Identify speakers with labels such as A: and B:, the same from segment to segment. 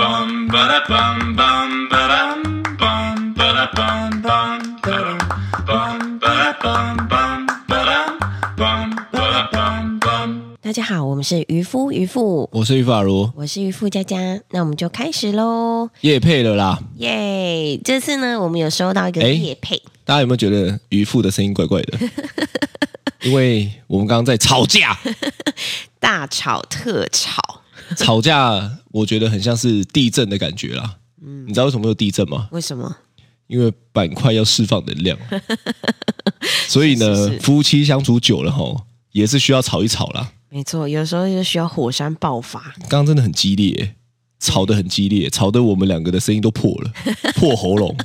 A: bum ba da bum bum ba dum bum ba da bum bum ba dum bum ba da bum bum ba dum bum ba da bum bum.
B: 大家好，我们是渔夫渔妇，
C: 我是于法如，
B: 我是渔夫佳佳，那我们就开始喽，
C: 叶配了啦。
B: 耶、这次呢，我们有收到一个
C: 诶
B: 叶配，
C: 大家有没有觉得渔夫的声音怪怪 的？因为我们刚刚在 吵架，
B: 大吵特吵，
C: 吵架我觉得很像是地震的感觉啦。
B: 嗯
C: 你知道为什么会有地震吗？
B: 为什么？
C: 因为板块要释放能 量，所以呢，
B: 是是
C: 夫妻相处久了吼，也是需要吵一吵啦。
B: 没错，有时候就需要火山爆发，
C: 刚刚真的很激烈，吵得很激烈，吵得我们两个的声音都破 了，破喉咙，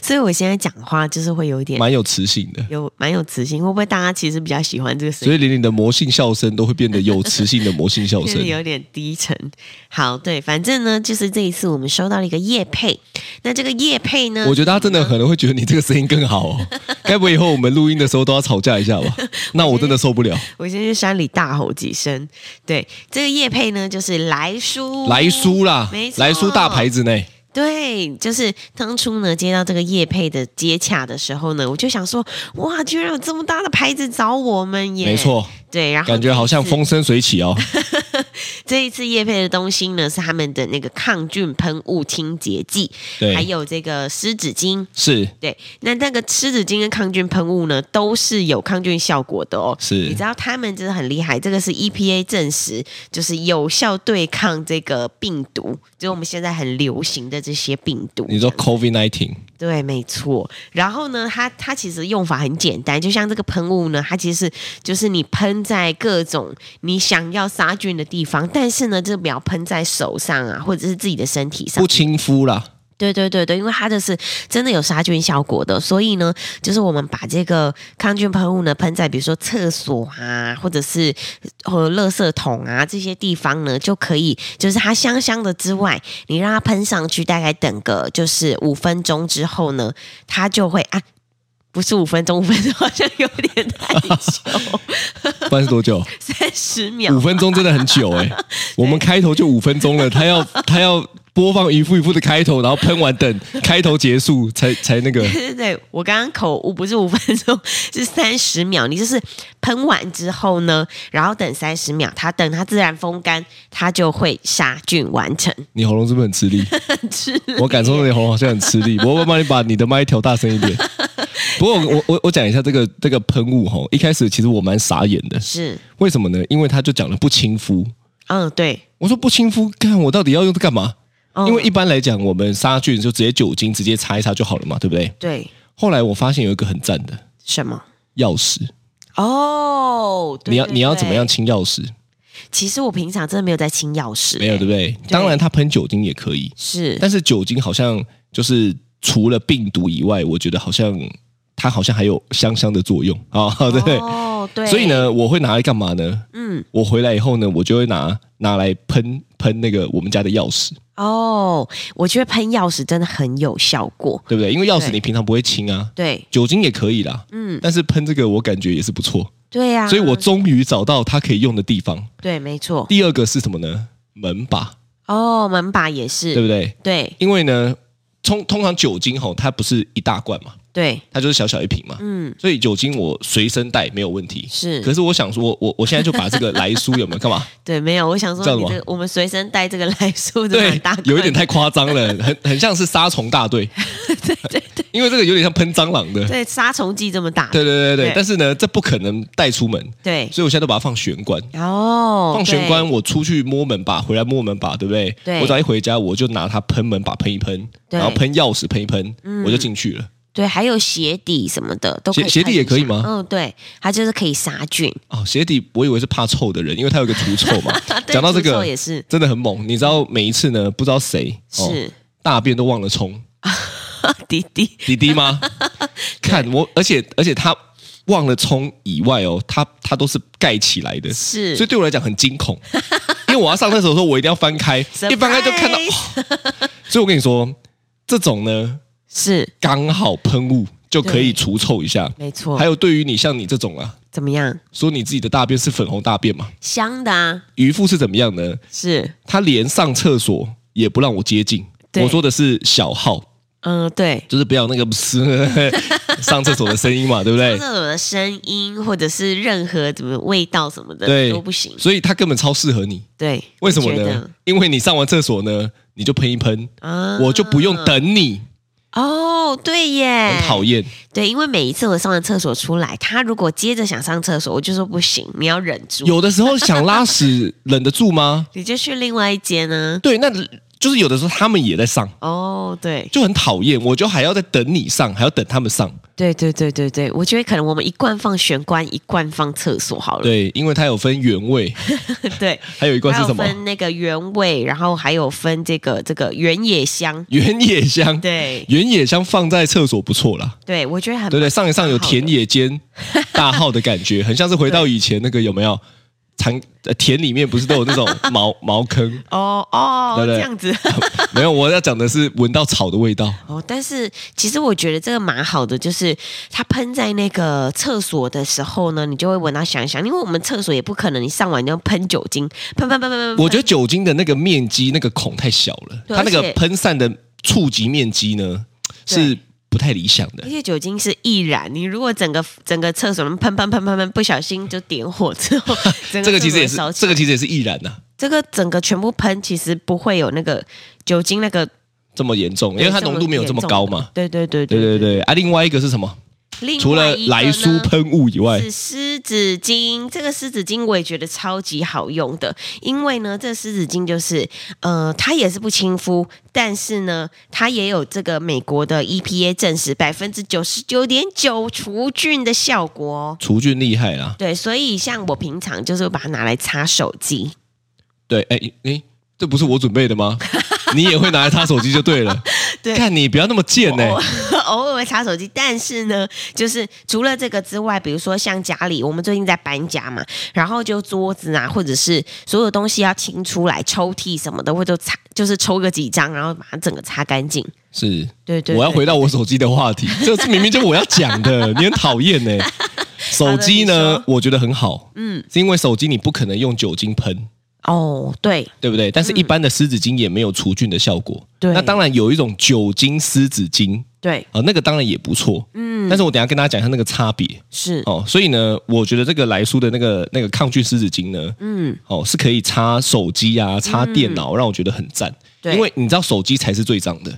B: 所以我现在讲话就是会有一点
C: 蛮有磁性的。
B: 有蛮有磁性，会不会大家其实比较喜欢这个声音？
C: 所以连你的魔性笑声都会变得有磁性的魔性笑
B: 就
C: 声
B: 是。 有点低沉。好，对，反正呢，就是这一次我们收到了一个叶配，那这个叶配呢，
C: 我觉得他真的可能会觉得你这个声音更好 哦，该不会以后我们录音的时候都要吵架一下吧？那我真的受不了。
B: 我先去山里大吼几声。对，这个叶配呢，就是来书，
C: 莱叔啦
B: 没，错
C: 莱叔大牌子呢，
B: 对，就是当初呢接到这个叶配的接洽的时候呢，我就想说，哇，居然有这么大的牌子找我们耶！
C: 没，错，
B: 对，然后
C: 感觉好像风生水起哦。
B: 这一次叶配的东西呢，是他们的那个抗菌喷雾清洁剂，还
C: 对，
B: 有这个湿纸巾。
C: 是
B: 对，那那个湿纸巾跟抗菌喷雾呢，都是有抗菌效果的哦。你
C: 是
B: 知，道他们真的很厉害，这个是 EPA 证实，就是有效对抗这个病毒，就是我们现在很流行的这些病毒。
C: 你说 COVID nineteen
B: 对，没错。然后呢，它它其实用法很简单，就像这个喷雾呢，它其实是就是你喷在各种你想要杀菌的地方，但是呢，这不要喷在手上啊，或者是自己的身体上
C: 不。亲肤啦，
B: 对对对对，因为它这是真的有杀菌效果的，所以呢，就是我们把这个抗菌喷雾呢喷在比如说厕所啊，或者是呃垃圾桶啊这些地方呢，就可以就是它香香的之外，你让它喷上去，大概等个就是五分钟之后呢，它就会啊。不是五分钟，五分钟好像有点太久，
C: 不然是多久？
B: 三十秒
C: 五。分钟真的很久 哎、我们开头就五分钟了，他要他要播放一副一副的开头，然后喷完等开头结束才才那个。
B: 对对 对，我刚刚口误，不是五分钟， 是三十秒。你就是喷完之后呢，然后等三十秒，它等它自然风干，它就会杀菌完成。
C: 你喉咙是不是很吃力？
B: 吃力
C: 我感受到你喉咙好像很吃 力，我会帮你把你的麦调大声一点。不过我我我讲一下这个这个喷雾哈，一开始其实我蛮傻眼的，
B: 是，
C: 为什么呢？因为他就讲了不亲肤，
B: 嗯，对，
C: 我说不亲肤，看我到底要用这干嘛？
B: 嗯
C: 因为一般来讲，我们杀菌就直接酒精直接擦一擦就好了嘛，对不对？
B: 对
C: 后来我发现有一个很赞的
B: 什么？
C: 钥匙，
B: 哦，对
C: 你要
B: 对
C: 你要怎么样
B: 对
C: 清钥匙？
B: 其实我平常真的没有在清钥匙、
C: 没有对不
B: 对？
C: 对？当然它喷酒精也可以，
B: 是，
C: 但是酒精好像就是除了病毒以外，我觉得好像它好像还有香香的作用 啊， 对不对？
B: 哦，对，
C: 所以，呢，我会拿来干嘛呢？
B: 嗯，
C: 我回来以后呢，我就会拿拿来喷喷那个我们家的钥匙，
B: 哦，我觉得喷钥匙真的很有效果。
C: 对不对？因为钥匙
B: 对
C: 你平常不会清啊，
B: 对，
C: 酒精也可以啦，
B: 嗯，啊
C: 但是喷这个我感觉也是不错，
B: 对呀、
C: 所以我终于找到它可以用的地方。
B: 对，没错。
C: 第二个是什么呢？门把，
B: 哦，门把也是，
C: 对不对？
B: 对
C: 因为呢，通通常酒精吼，它不是一大罐嘛，
B: 对，
C: 它就是小小一瓶嘛，
B: 嗯，
C: 所以酒精我随身带没有问题。
B: 是，
C: 可是我想说，我我我现在就把这个来书有没有干嘛？
B: 对，没有，我想说
C: 知道
B: 你
C: 吗
B: 这个我们随身 带这个来书的蛮
C: 对
B: 大，
C: 有一点太夸张了，很很像是杀虫 大队。对对对，因为这个有点像喷蟑螂的。
B: 对杀虫剂这么大，
C: 对对对对
B: 对
C: 对，但是呢，这不可能带出门，
B: 对，
C: 所以我现在都把它放玄关。
B: 哦，
C: 放玄
B: 对
C: 关，我出去摸门把，回来摸门把，对不对？
B: 对
C: 我只要一回家，我就拿它喷门把喷一喷，
B: 对嗯
C: 然后喷钥匙喷一喷，我就进去了。
B: 对，还有鞋底什么的都可以
C: 鞋鞋底也可以吗
B: 喷一下嗯，对，它就是可以杀菌。
C: 哦，鞋底我以为是怕臭的人，因为它有一个除臭嘛
B: 啊。 对
C: 讲到这
B: 除臭
C: 个
B: 也是
C: 真的很猛，你知道每一次呢，不知道谁哦
B: 是、
C: 大便都忘了冲，
B: 弟弟，
C: 滴 滴吗？看我，而且而且他忘了冲以外哦，他他都是盖起来的，
B: 是
C: 所以对我来讲很惊恐，因为我要上厕所的时候，我一定要翻开，
B: Surprise！
C: 一翻开就看到、哦，所以我跟你说，这种呢
B: 是
C: 刚好喷雾就可以除臭一下。
B: 没错。
C: 还
B: 有
C: 有对于你像你这种啊，
B: 怎么样？
C: 说你自己的大便是粉红大便嘛，
B: 香的啊，
C: 渔夫是怎么样呢？
B: 是
C: 他连上厕所也不让我接近。
B: 对
C: 我说的是小号，
B: 嗯、对。
C: 就是 不要有那个上厕所的声音嘛，对不
B: 上？
C: 对
B: 厕所的声音，或者是任何怎么味道什么的
C: 对，
B: 都不行。
C: 所以它根本超适合你。
B: 对，
C: 为什么
B: 我觉得
C: 呢？因为你上完厕所呢，你就喷一喷，
B: 啊
C: 我就不用等你，
B: 哦，对耶，
C: 很讨厌。
B: 对，因为每一次我上完厕所出来，他如果接着想上厕所，我就说不行，你要忍住，
C: 有的时候想拉屎，忍得住吗？
B: 你就去另外一间呢、
C: 对，那就是有的时候他们也在上，
B: 啊。哦，对，
C: 就很讨厌。我就还要再等你上，还要等他们上。
B: 对对对对对，我觉得可能我们一罐放玄关，一罐放厕所好了。
C: 对，因为它有分原味，
B: 对
C: 还有一罐
B: 还
C: 是
B: 有
C: 什么？
B: 分那个原味，然后还有分这个这个原野香。
C: 原野香。
B: 对
C: 原野香放在厕所不错啦。
B: 对，我觉得很
C: 对不对，
B: 蛮
C: 上一上有田野间大号的感觉，很像是回到以前那个有没有？田呃田里面不是都 有那种茅茅坑？
B: 哦哦
C: 对对
B: 这样子
C: 没有，我要讲的是闻到草的味道。
B: 哦。但是其实我觉得这个蛮好的，就是它喷在那个厕所的时候呢，你就会闻到香香，因为我们厕所也不可能你上完就喷酒精，喷喷喷喷喷喷。
C: 我觉得酒精的那个面积那个孔太小了，
B: 对
C: 它那
B: 而
C: 个
B: 且
C: 喷散的触及面积呢
B: 对
C: 是不太理想的
B: 而。且酒精是易燃，你如果整个整个厕所喷喷喷喷喷，不小心就点火之后，整个
C: 这个其实也是
B: 厕所烧起
C: 这
B: 来
C: 个其实也是易燃啊呐、
B: 这个整个全部喷，其实不会有那个酒精那个，
C: 这么严重，因为它浓度没有这么高嘛。
B: 对对对
C: 对
B: 对
C: 对对啊，另外一个是什么？
B: 另
C: 除了来
B: 苏
C: 苏喷雾以外，
B: 是湿纸巾，这个湿纸巾我也觉得超级好用的，因为呢，这湿纸巾就是，呃，它也是不亲肤，但是呢，它也有这个美国的 EPA 证实百分之九十九点九除菌的效果哦。
C: 除菌厉害啦。
B: 对，所以像我平常就是把它拿来擦手机，
C: 对，哎哎，这不是我准备 的吗？你也会拿来擦手机就对了。
B: 对
C: 看你不要那么贱哎呢、
B: 偶尔会擦手机，但是呢，就是除了这个之外，比如说像家里，我们最近在搬家嘛，然后就桌子啊，或者是所有东西要清出来，抽屉什么的，或者擦，就是抽个几张，然后把它整个擦干净。
C: 是，
B: 对对
C: 我要
B: 对
C: 回到我手机的话题，这是明明就我要讲的， 你很讨厌呢、手机
B: 好的
C: 呢
B: 你，
C: 我觉得很好，嗯，是因为手机你不可能用酒精喷，
B: 哦，对
C: 对不对？但是一般的湿纸巾也没有除菌的效果。
B: 对
C: 那当然有一种酒精湿纸巾
B: 对
C: 啊、那个当然也不错，嗯。但是我等一下跟大家讲一下那个差别
B: 是，
C: 哦。所以呢，我觉得这个莱苏的那个那个抗菌湿纸巾呢，
B: 嗯，
C: 哦，是可以擦手机啊、擦电脑，让我觉得很赞。
B: 对嗯
C: 因为你知道手机才是最脏的，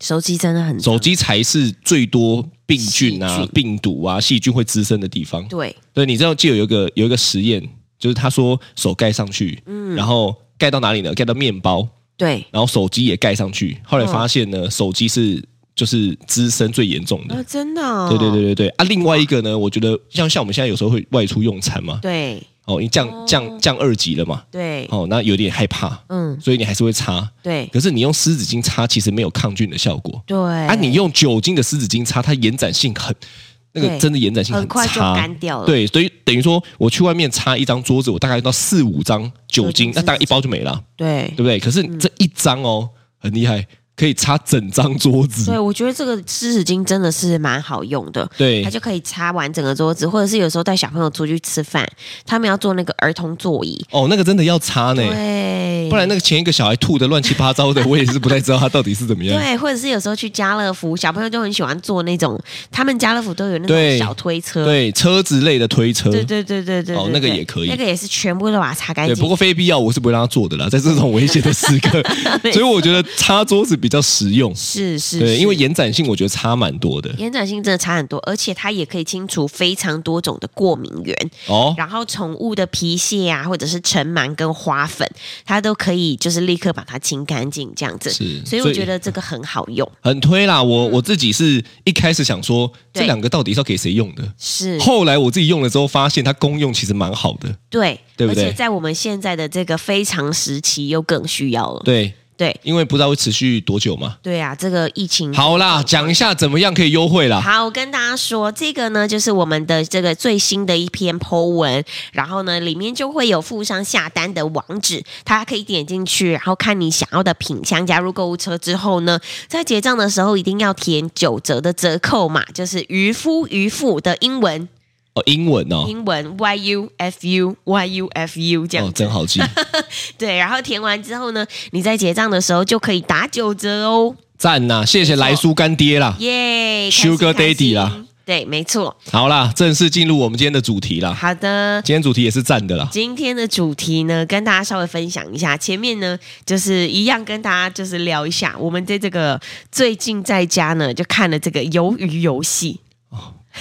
B: 手机真的很
C: 手机才是最多病菌啊、
B: 细菌
C: 病毒啊、细菌会滋生的地方。
B: 对
C: 对，你知道记得有一个有一个实验，就是他说手盖上去，
B: 嗯
C: 然后盖到哪里呢？盖到面包，
B: 对，
C: 然后手机也盖上去。后来发现呢，手机是就是滋生最严重的。
B: 啊，真的、哦哦，
C: 对对对对对啊！另外一个呢，我觉得像像我们现在有时候会外出用餐嘛，
B: 对
C: 哦，你降降降二级了嘛，
B: 对，
C: 哦，那有点害怕，
B: 嗯
C: 所以你还是会擦。
B: 对
C: 可是你用湿纸巾擦，其实没有抗菌的效果。
B: 对，
C: 啊，你用酒精的湿纸巾擦，它延展性很，那个
B: 对
C: 真的延展性
B: 很快就
C: 差。
B: 干掉了，
C: 对，所以等于说我去外面擦一张桌子，我大概用到四五张酒
B: 酒
C: 精
B: 精，
C: 那大概
B: 湿纸
C: 一包就没了，
B: 对
C: 对不对？可是
B: 嗯
C: 这一张哦，很厉害，可以擦整张桌子
B: 对，。我觉得这个湿纸巾真的是蛮好用的，
C: 对
B: 它就可以擦完整个桌子，或者是有时候带小朋友出去吃饭，他们要坐那个儿童座椅，
C: 哦，那个真的要擦呢，
B: 对，
C: 不然那个前一个小孩吐的乱七八糟的，我也是不太知道他到底是怎么样。
B: 对，或者是有时候去家乐福，小朋友就很喜欢坐那种，他们家乐福都有那
C: 对
B: 种小推车，
C: 对，车子类的推车，
B: 对对对对对
C: 哦
B: 对
C: 那个
B: 对
C: 也可以
B: 那个也是全部都把它擦干
C: 对，
B: 净。
C: 不过非必要，我是不会让他做的啦，在这种危险的时 刻，
B: 没错
C: 所以我觉得擦桌子比较实用。
B: 是是，
C: 对，
B: 是
C: 因为延展性我觉得差蛮多的
B: 延展性真的差很多，而且它也可以清除非常多种的过敏源。
C: 哦。
B: 然后宠物的皮屑啊，或者是尘螨跟花粉，它都可以就是立刻把它清干净这样子。
C: 是
B: 所以
C: 所
B: 我
C: 以
B: 觉得这个很好用。
C: 很推啦，我我自己是一开始想说
B: 嗯对
C: 这两个到底是要给谁用的，
B: 是，嗯
C: 后来我自己用了之后发现它功用其实蛮好的，
B: 对，
C: 对不对
B: 而且在我们现在的这个非常时期，又更需要了。
C: 对，
B: 对，
C: 因为不知道会持续多久嘛。
B: 对啊，这个疫情
C: 好啦，讲一下怎么样可以优惠啦。
B: 好，我跟大家说，这个呢就是我们的这个最新的一篇 Po 文，然后呢里面就会有附上下单的网址，大家可以点进去，然后看你想要的品项，加入购物车之后呢，在结账的时候一定要填九折的折扣码，就是渔夫渔妇的英文。
C: 哦，英文哦，
B: 英文 Y U F U Y U F U 这样
C: 哦，
B: 子。
C: 真 好记。
B: 对，然后填完之后呢，你在结账的时候就可以打九折哦，
C: 赞呐、谢谢莱叔干爹啦。
B: 耶、
C: Sugar
B: 开心
C: Daddy 啦。
B: 开心对，没错。
C: 好啦，正式进入我们今天的主题啦。
B: 好的，
C: 今天主题也是赞的啦。
B: 今天的主题呢，跟大家稍微分享一下。前面呢，就是一样跟大家就是聊一下，我们在这个最近在家呢，就看了这个鱿鱼游戏。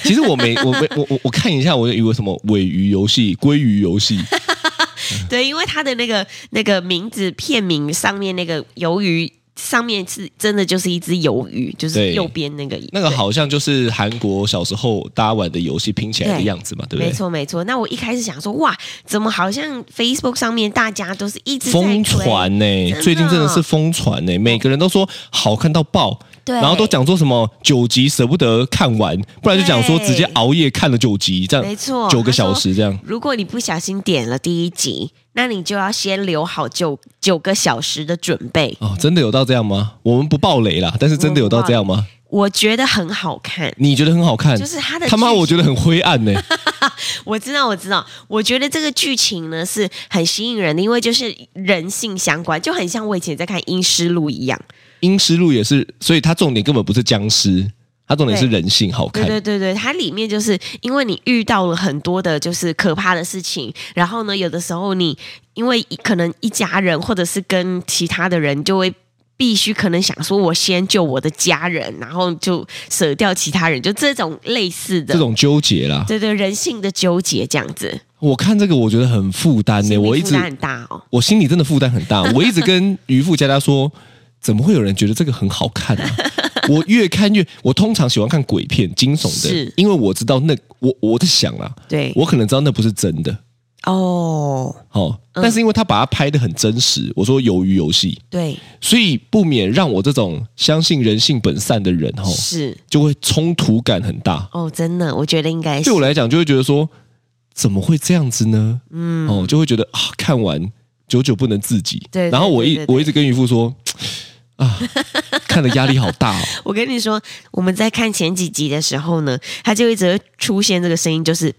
C: 其实我没，我没，我我我看一下，我以为什么尾鱼游戏、鲑鱼游戏，
B: 对，因为它的那个那个名字片名上面那个鱿鱼。上面是真的就是一只鱿鱼，就是
C: 对
B: 右边那个
C: 那个好像就是韩国小时候大家玩的游戏拼起来的样子嘛，对不
B: 没
C: 对？
B: 错没错。那我一开始想说，哇，怎么好像 Facebook 上面大家都是一直在推
C: 疯传呢、欸
B: 真的
C: 最近真的是疯传呢、每个人都说好看到爆，
B: 对
C: 然后都讲说什么九集舍不得看完，不然就讲说
B: 对
C: 直接熬夜看了九集，这样
B: 没错
C: 九个小时这样。
B: 如果你不小心点了第一集，那你就要先留好九九个小时的准备。
C: 哦，真的有到这样吗？我们不爆雷啦，但是真的有到这样吗？
B: 我觉得很好看，
C: 你觉得很好看？
B: 就是它的
C: 他妈，
B: 剧情
C: 我觉得很灰暗欸呢、
B: 我知道我知道，我觉得这个剧情呢是很吸引人的，因为就是人性相关，就很像我以前在看《阴尸路》一样。
C: 阴尸路也是，所以它重点根本不是僵尸，它重点是人性好
B: 对
C: 看。
B: 对对对，它里面就是因为你遇到了很多的就是可怕的事情，然后呢，有的时候你因为一可能一家人或者是跟其他的人就会。必须可能想说，我先救我的家人，然后就舍掉其他人，就这种类似的，
C: 这种纠结啦，
B: 对对人性的纠结这样子，
C: 我看这个我觉得很负担呢、
B: 心理
C: 我一
B: 负
C: 直
B: 担很大哦。
C: 我心里真的负担很 大，我一直跟渔夫佳佳说，怎么会有人觉得这个很好看啊？ 我越看越，我通常喜欢看鬼片、惊悚
B: 是
C: 的，因为我知道那我我在想啦，
B: 对，
C: 我可能知道那不是真的，
B: 哦，
C: 哦，但是因为他把它拍的很真实，我说鱿鱼游戏，
B: 对，
C: 所以不免让我这种相信人性本善的人，哦，
B: 是
C: 就会冲突感很大。
B: 哦，真的，我觉得应该是
C: 对我来讲，就会觉得说，怎么会这样子呢？嗯，哦，就会觉得啊，看完久久不能自己。
B: 对对
C: 然后我一
B: 对对对
C: 我一直跟渔夫说，啊，看的压力好 大哦。
B: 我跟你说，我们在看前几集的时候呢，它就一直会出现这个声音，就是。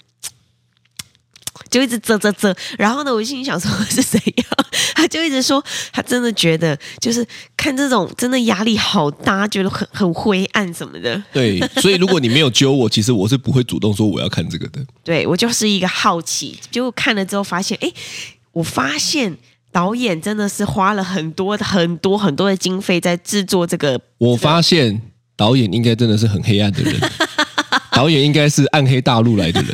B: 就一直啧啧啧，然后呢，我心里想说是怎样， 他就一直说他真的觉得就是看这种真的压力好大，觉得很很灰暗什么的。
C: 对，所以如果你没有揪我，其实我是不会主动说我要看这个的。
B: 对我就是一个好奇，结果看了之后发现，哎，我发现导演真的是花了很多很多很多的经费在制作这个
C: 我发现导演应该真的是很黑暗的人，导演应该是暗黑大陆来的人，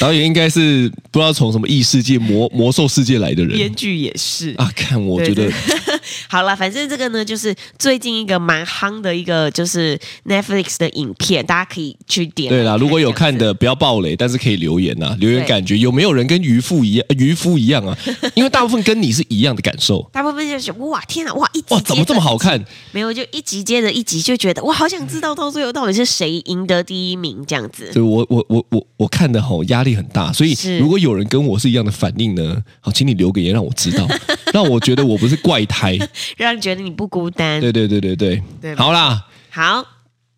C: 导演应该是不知道从什么异世界魔魔兽世界来的人
B: 编剧也是
C: 啊。看，我觉
B: 对
C: 得
B: 对 好了，反正这个呢，就是最近一个蛮夯的一个就是 Netflix 的影片，大家可以去点。
C: 对啦，如果有看
B: 这样子，
C: 的，不要暴雷，但是可以留言呐、留言
B: 对
C: 感觉有没有人跟渔夫一样， 呃渔夫一样啊？因为大部分跟你是一样的感受。
B: 大部分就是哇天啊，哇一集
C: 哇，怎么这么好看？
B: 接着？没有，就一集接着一集，就觉得哇，好想知道到最后到底是谁赢得第一名这样子。
C: 对我我我我我看的吼压力很大，所以
B: 是
C: 如果有人跟我是一样的反应呢，好，请你留个言让我知 道，让我觉得我不是怪胎。
B: 让人觉得你不孤单。
C: 对对对对对，
B: 对
C: 好啦，
B: 好，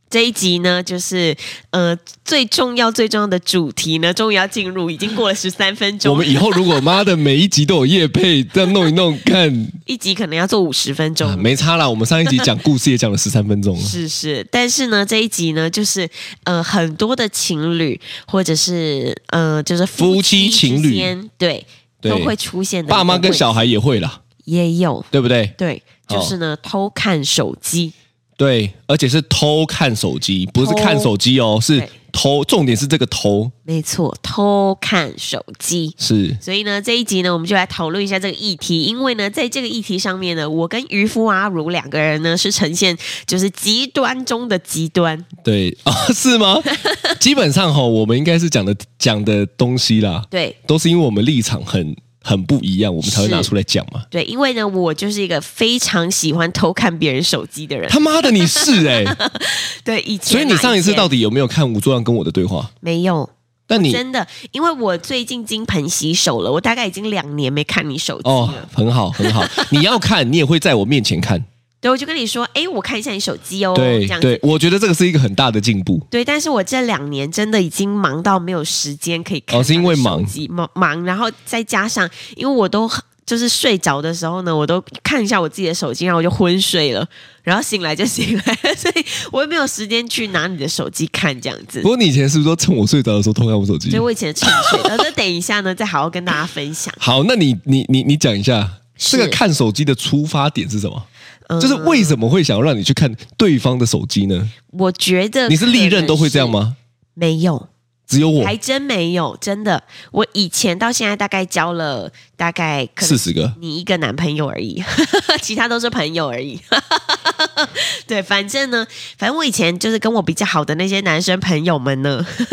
B: 这一集呢，就是呃最重要最重要的主题呢，终于要进入，已经过了十三分钟，
C: 我们以后如果妈的每一集都有叶配，这样弄一弄 看、
B: 一集可能要做五十分钟
C: 啊，没差啦。我们上一集讲故事也讲了十三分钟 了。
B: 是是，但是呢，这一集呢，就是呃，很多的情侣或者是呃，就是
C: 夫妻
B: 之
C: 情侣
B: 间，对，
C: 对
B: 都会出现的一个
C: 爸妈跟
B: 问
C: 小
B: 题
C: 孩哦也会啦，
B: 也有，
C: 对不对？
B: 对，就是呢，偷看手机，
C: 对，而且是偷看手机，不是看手机哦，是
B: 对
C: 偷。重点是这个偷
B: 没错，偷看手机。
C: 是
B: 所以呢，这一集呢，我们就来讨论一下这个议题。因为呢，在这个议题上面呢，我跟渔夫阿如两个人呢是呈现就是极端中的极端。
C: 对 啊、是 吗？基本上哈、我们应该是讲的讲的东西啦，
B: 对
C: 都是因为我们立场很很不一样，我们才会
B: 是
C: 拿出来讲嘛。
B: 对，因为呢，我就是一个非常喜欢偷看别人手机的人。
C: 他妈的，你 是哎、
B: 对，以前
C: 所以你
B: 啊
C: 上一次
B: 前
C: 到底有没有看吴作亮跟我的对话？
B: 没有，
C: 但你
B: 真的，因为我最近金盆洗手了，我大概已经两年没看你手机
C: 哦
B: 了。，
C: 很好很好，你要看，你也会在我面前看，
B: 对，我就跟你说，哎，我看一下你手机哦，这
C: 对
B: 样
C: 对
B: 子。，
C: 我觉得这个是一个很大的进步。
B: 对，但是我这两年真的已经忙到没有时间可以看
C: 哦是因为忙
B: 手机忙忙，然后再加上因为我都很就是睡着的时候呢，我都看一下我自己的手机，然后我就昏睡了，然后醒来就醒来 了，所以我也没有时间去拿你的手机看这样子
C: 不。过你以前是不是都趁我睡着的时候偷看我手机
B: 所以？我以前趁睡，然后再等一下呢，再好好跟大家分享。
C: 好，那你你你你讲一下
B: 是
C: 这个看手机的出发点是什么？
B: 嗯
C: 就是为什么会想要让你去看对方的手机呢？
B: 我觉得
C: 你是历任都会这样
B: 呃可能是？
C: 吗？
B: 没有，
C: 只有我
B: 还真没有，真的。我以前到现在大概交了大概可
C: 四
B: 能
C: 十个，
B: 你一个男朋友而已， 其他都是朋友而已。 对，反正呢，反正我以前就是跟我比较好的那些男生朋友们呢，
C: 嗯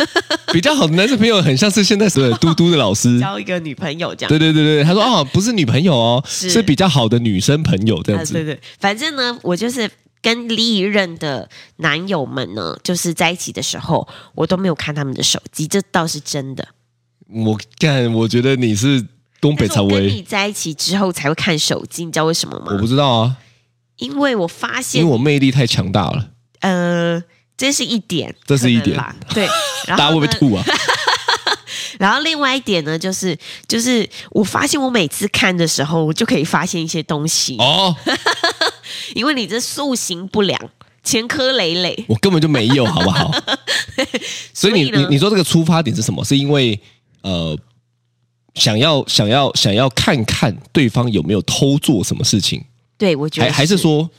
C: 比较好的男生朋友很像是现在 的嘟嘟的老师。
B: 交一个女朋友这样。
C: 对对对对，他说 啊，不是女朋友哦，
B: 是
C: 是比较好的女生朋友这样
B: 啊，对
C: 子。
B: 对，反正呢，我就是跟历任的男友们呢，就是在一起的时候，我都没有看他们的手机，这倒是真的。
C: 我干，我觉得你是东北
B: 但是
C: 草
B: 我跟
C: 薇，
B: 你在一起之后才会看手机，你知道为什么
C: 我
B: 吗？
C: 不知道啊，
B: 因为我发
C: 因
B: 现
C: 为，我魅力太强大了，
B: 呃，这是一点，
C: 这是一
B: 可
C: 点
B: 能啦 对。
C: 大
B: 然
C: 家
B: 后
C: 会不会
B: 呢
C: 吐啊？
B: 然后另外一点呢，就是就是我发现我每次看的时候，我就可以发现一些东西，
C: 哦，
B: 因为你这塑形不良，前科累累。
C: 我根本就没有，好 不好？所以
B: 所以
C: 你
B: 呢
C: 你你说这个出发点是什么？是因为呃，想要想要想要看看对方有没有偷做什么事情，
B: 对，我觉得
C: 还还是说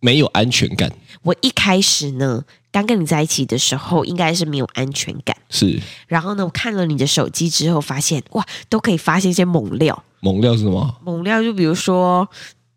C: 没有安全感？
B: 我一开始呢，刚跟你在一起的时候，应该是没有安全感。
C: 是
B: 然后呢，我看了你的手机之后，发现哇，都可以发现一些猛料。
C: 猛料是什么？
B: 猛料就比如说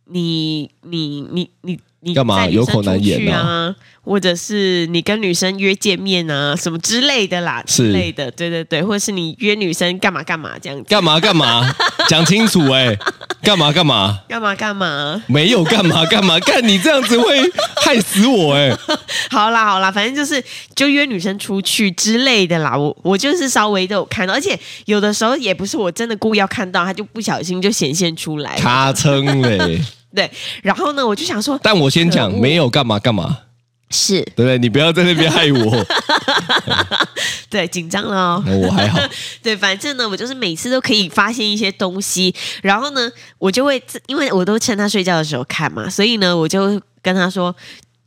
B: 你你你你你
C: 干嘛
B: 带女生
C: 有口难言
B: 出去啊，或者是你跟女生约见面啊，什么之类的啦，
C: 是
B: 之类的，对对对，或者是你约女生干嘛干嘛这样子，
C: 干嘛 干嘛？讲清楚哎、干嘛干嘛？
B: 干嘛干嘛。
C: 没有干嘛干嘛？干你这样子会害死我哎、
B: 好啦好啦，反正就是就约女生出去之类的啦。我我就是稍微都有看到，而且有的时候也不是我真的故意要看到，他就不小心就显现出来了。
C: 咔称嘞！
B: 对，然后呢，我就想说，
C: 但我先讲
B: 可恶
C: 没有干嘛干嘛，
B: 是
C: 对不对？你不要在那边害 我，
B: 对紧张了哦。
C: 我还好。
B: 对，反正呢，我就是每次都可以发现一些东西，然后呢，我就会因为我都趁他睡觉的时候看嘛，所以呢，我就跟他说：“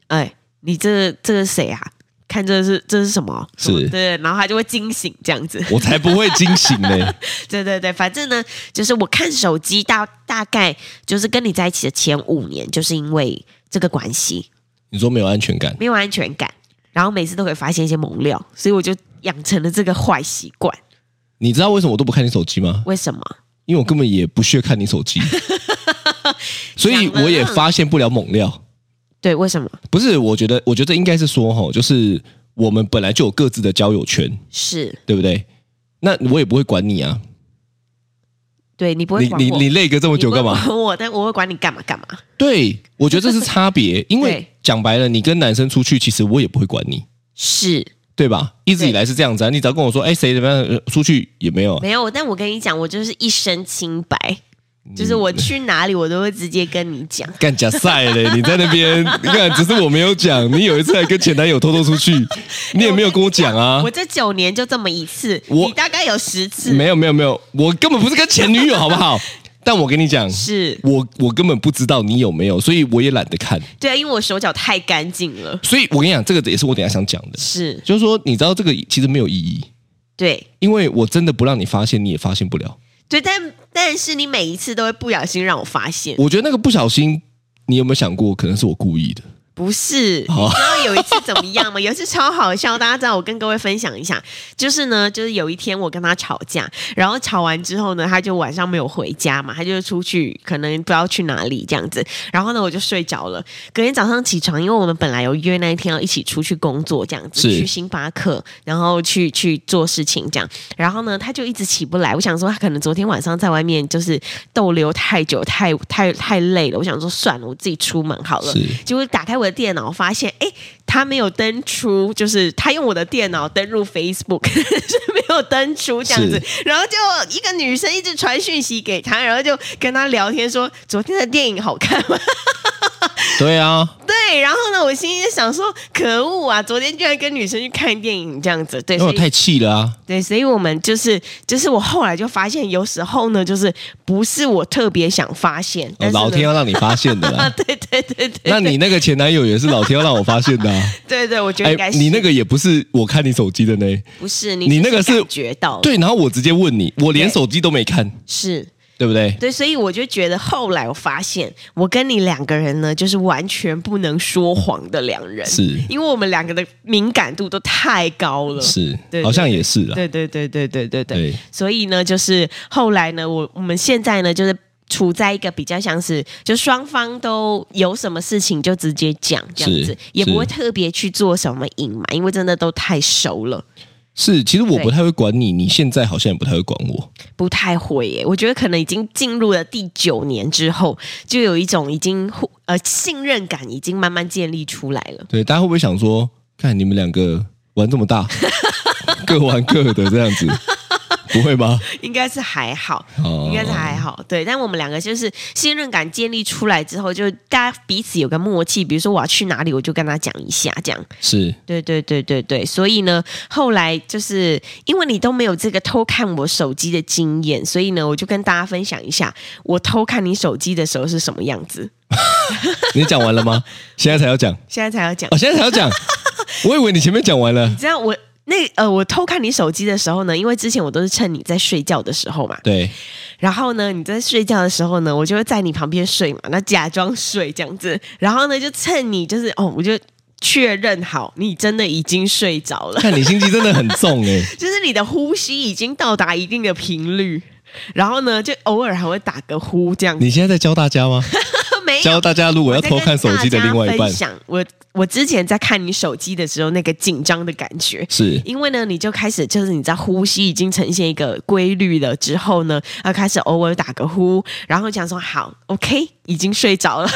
B: 哎，你这这个谁啊？看这是这是什么？
C: 是
B: 什么对，然后他就会惊醒这样子。
C: 我才不会惊醒呢、
B: 对对对，反正呢，就是我看手机大大概就是跟你在一起的前五年，就是因为这个关系
C: 你说没有安全感，
B: 没有安全感，然后每次都会发现一些猛料，所以我就养成了这个坏习惯。
C: 你知道为什么我都不看你手机吗？
B: 为什么？
C: 因为我根本也不屑看你手 机，所以我也发现不了猛料。
B: 对，为什么？
C: 不是，我觉得，我觉得应该是说哈，就是我们本来就有各自的交友圈，
B: 是
C: 对不对？那我也不会管你啊，
B: 对你不会
C: 你
B: 管
C: 你
B: 我
C: 你累个这么久干
B: 你
C: 嘛
B: 不？会管我，但我会管你干嘛干嘛。
C: 对，我觉得这是差 别，因为
B: 对
C: 讲白了，你跟男生出去，其实我也不会管你，
B: 是
C: 对吧？一直
B: 对
C: 以来是这样子啊，你只要跟我说，哎，谁怎么样呃出去也没有啊，
B: 没有，但我跟你讲，我就是一身清白，就是我去哪里我都会直接跟你讲。
C: 干假赛嘞！你在那边，你看，只是我没有讲。你有一次还跟前男友偷偷出去，你也没有跟我讲啊
B: 我。这九年就这么一次，
C: 我
B: 你大概有十次。
C: 没有没有没有，我根本不是跟前女友，好不好？但我跟你讲，
B: 是
C: 我我根本不知道你有没有，所以我也懒得看。
B: 对啊，因为我手脚太干净了。
C: 所以我跟你讲，这个也是我等一下想讲的，
B: 是
C: 就是说，你知道这个其实没有意义，
B: 对
C: 因为我真的不让你发现，你也发现不了。
B: 对，但但是你每一次都会不小心让我发现，
C: 我觉得那个不小心，你有没有想过，可能是我故意的？
B: 不是？
C: 哦
B: 你知道有一次怎么样 吗？有一次超好笑，大家知道，我跟各位分享一下，就是呢，就是有一天我跟他吵架，然后吵完之后呢，他就晚上没有回家嘛，他就出去，可能不知道去哪里这样子，然后呢，我就睡着了。隔天早上起床，因为我们本来有约那一天要一起出去工作，这样子
C: 是
B: 去星巴克，然后去去做事情这样。然后呢，他就一直起不来。我想说，他可能昨天晚上在外面就是逗留太久，太太太累了。我想说，算了，我自己出门好了
C: 是。
B: 结果打开我的电脑，发现哎，诶他没有登出，就是他用我的电脑登入 Facebook，但 是没有登出这样子。然后就一个女生一直传讯息给他，然后就跟他聊天说，昨天的电影好看吗？
C: 对啊，
B: 对，然后呢，我心里就想说，可恶啊！昨天居然跟女生去看电影这样子，对，
C: 因为
B: 所
C: 我
B: 以
C: 太气了啊。
B: 对，所以我们就是就是我后来就发现，有时候呢，就是不是我特别想发现，
C: 哦
B: 但是呢
C: 老天要让你发现的
B: 啊，
C: 啦。
B: 对对对对，
C: 那你那个前男友也是老天要让我发现的啊。
B: 对对，我觉得应
C: 哎
B: 该，是、
C: 你那个也不是我看你手机的呢。
B: 不是你
C: 你
B: 只
C: 那个是
B: 感觉到
C: 对，然后我直接问你，我连
B: 对
C: 手机都没看，
B: 是。
C: 对不对？
B: 对，所以我就觉得后来我发现，我跟你两个人呢，就是完全不能说谎的两人，
C: 是
B: 因为我们两个的敏感度都太高了。
C: 是
B: 呃对，
C: 好像也是啦。
B: 对对对对对对对。
C: 对
B: 所以呢，就是后来呢，我我们现在呢，就是处在一个比较像是，就双方都有什么事情就直接讲这样
C: 是
B: 子，也不
C: 是
B: 会特别去做什么隐瞒，因为真的都太熟了，
C: 是，其实我
B: 对
C: 不太会管你，你现在好像也不太会管我。
B: 不太会耶。我觉得可能已经进入了第九年之后，就有一种已经互呃信任感已经慢慢建立出来了。
C: 对，大家会不会想说，看你们两个玩这么大， 各玩各的这样子，不会 吗？
B: 应该是还好，
C: 哦
B: 应该是还好。对，但我们两个就是信任感建立出来之后，就大家彼此有个默契。比如说我要去哪里，我就跟他讲一下，这样。
C: 是
B: 对对对对对。所以呢，后来就是因为你都没有这个偷看我手机的经验，所以呢，我就跟大家分享一下我偷看你手机的时候是什么样子。
C: 你讲完 了吗？现在才要讲
B: 现在才要讲
C: 哦，，现在才 要讲，我以为你前面讲完了
B: 你。知道我。那呃，我偷看你手机的时候呢，因为之前我都是趁你在睡觉的时候嘛，
C: 对，
B: 然后呢，你在睡觉的时候呢，我就会在你旁边睡嘛，那假装睡这样子，然后呢，就趁你就是哦，我就确认好你真的已经睡着了，
C: 看你心机真的很重哎、
B: 就是你的呼吸已经到达一定的频率，然后呢，就偶尔还会打个呼这样子，
C: 你现在在教大家吗？
B: 没哎有。
C: 教大家如果要偷看手机的另外
B: 我在
C: 一
B: 跟大家
C: 半
B: 分，享我我之前在看你手机的时候那个紧张的感觉，
C: 是
B: 因为呢，你就开始就是你知道呼吸已经呈现一个规律了之后呢，啊，开始偶尔打个呼，然后讲说好，OK，已经睡着了。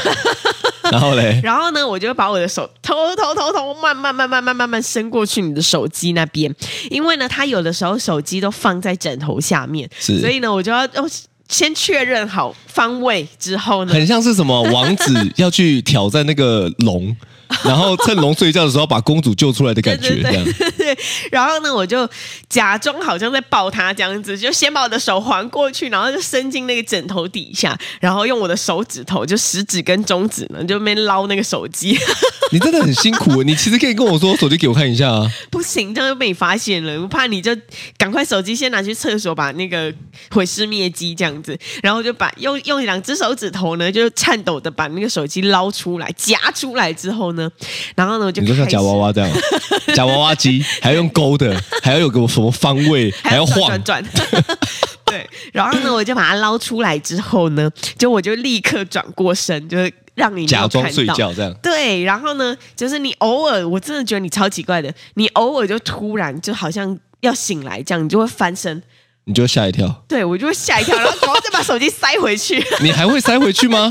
C: 然后 嘞，
B: 然后呢，我就把我的手偷偷偷偷慢慢慢慢慢慢慢伸过去你的手机那边，因为呢，他有的时候手机都放在枕头下面，
C: 是
B: 所以呢，我就要用。先确认好方位之后呢，
C: 很像是什么王子要去挑战那个龙，然后趁龙睡觉的时候把公主救出来的感觉，
B: 对对
C: 这样
B: 然后呢，我就假装好像在抱他这样子，就先把我的手环过去，然后就伸进那个枕头底下，然后用我的手指头，就食指跟中指呢，就那边捞那个手机。
C: 你真的很辛苦。你其实可以跟我说手机给我看一下啊，
B: 不行，这样就被你发现了，我怕你就赶快手机先拿去厕所，把那个毁尸灭迹这样子，然后就把用用两只手指头呢，就颤抖的把那个手机捞出来，夹出来之后呢，然后呢我就
C: 你就
B: 开
C: 像
B: 始
C: 夹娃娃这样， 夹娃娃机还要用勾的，还要有个什么方位，还要晃，
B: 转转转。 对，然后呢，我就把它捞出来之后呢，就我就立刻转过身，就是让你没有
C: 假装
B: 看
C: 睡
B: 到。
C: 觉这样。
B: 对，然后呢，就是你偶尔，我真的觉得你超奇怪的，你偶尔就突然就好像要醒来这样，你就会翻身，
C: 你就吓一跳，
B: 对我就会吓一跳，然后赶快再把手机塞回去，
C: 你还会塞回去吗？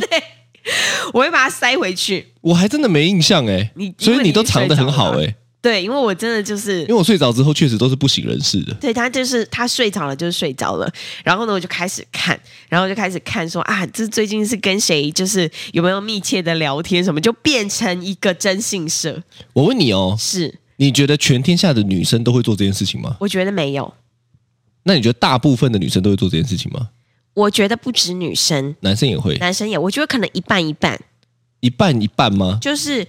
B: 我会把它塞回去。
C: 我还真的没印象哎
B: 你因为，
C: 所以
B: 你
C: 你都藏得很好
B: 睡着
C: 哎
B: 了，对，因为我真的就是
C: 因为我睡着之后确实都是不省人事的。
B: 对他就是他睡着了，就是睡着了。然后呢，我就开始看，然后就开始看说啊，这最近是跟谁，就是有没有密切的聊天什么，就变成一个征信社。
C: 我问你哦，
B: 是，
C: 你觉得全天下的女生都会做这件事情吗？
B: 我觉得没有，
C: 那你觉得大部分的女生都会做这件事情吗？
B: 我觉得不止女生，
C: 男生也会，
B: 男生也，我觉得可能一半一半，
C: 一半一半吗？
B: 就是。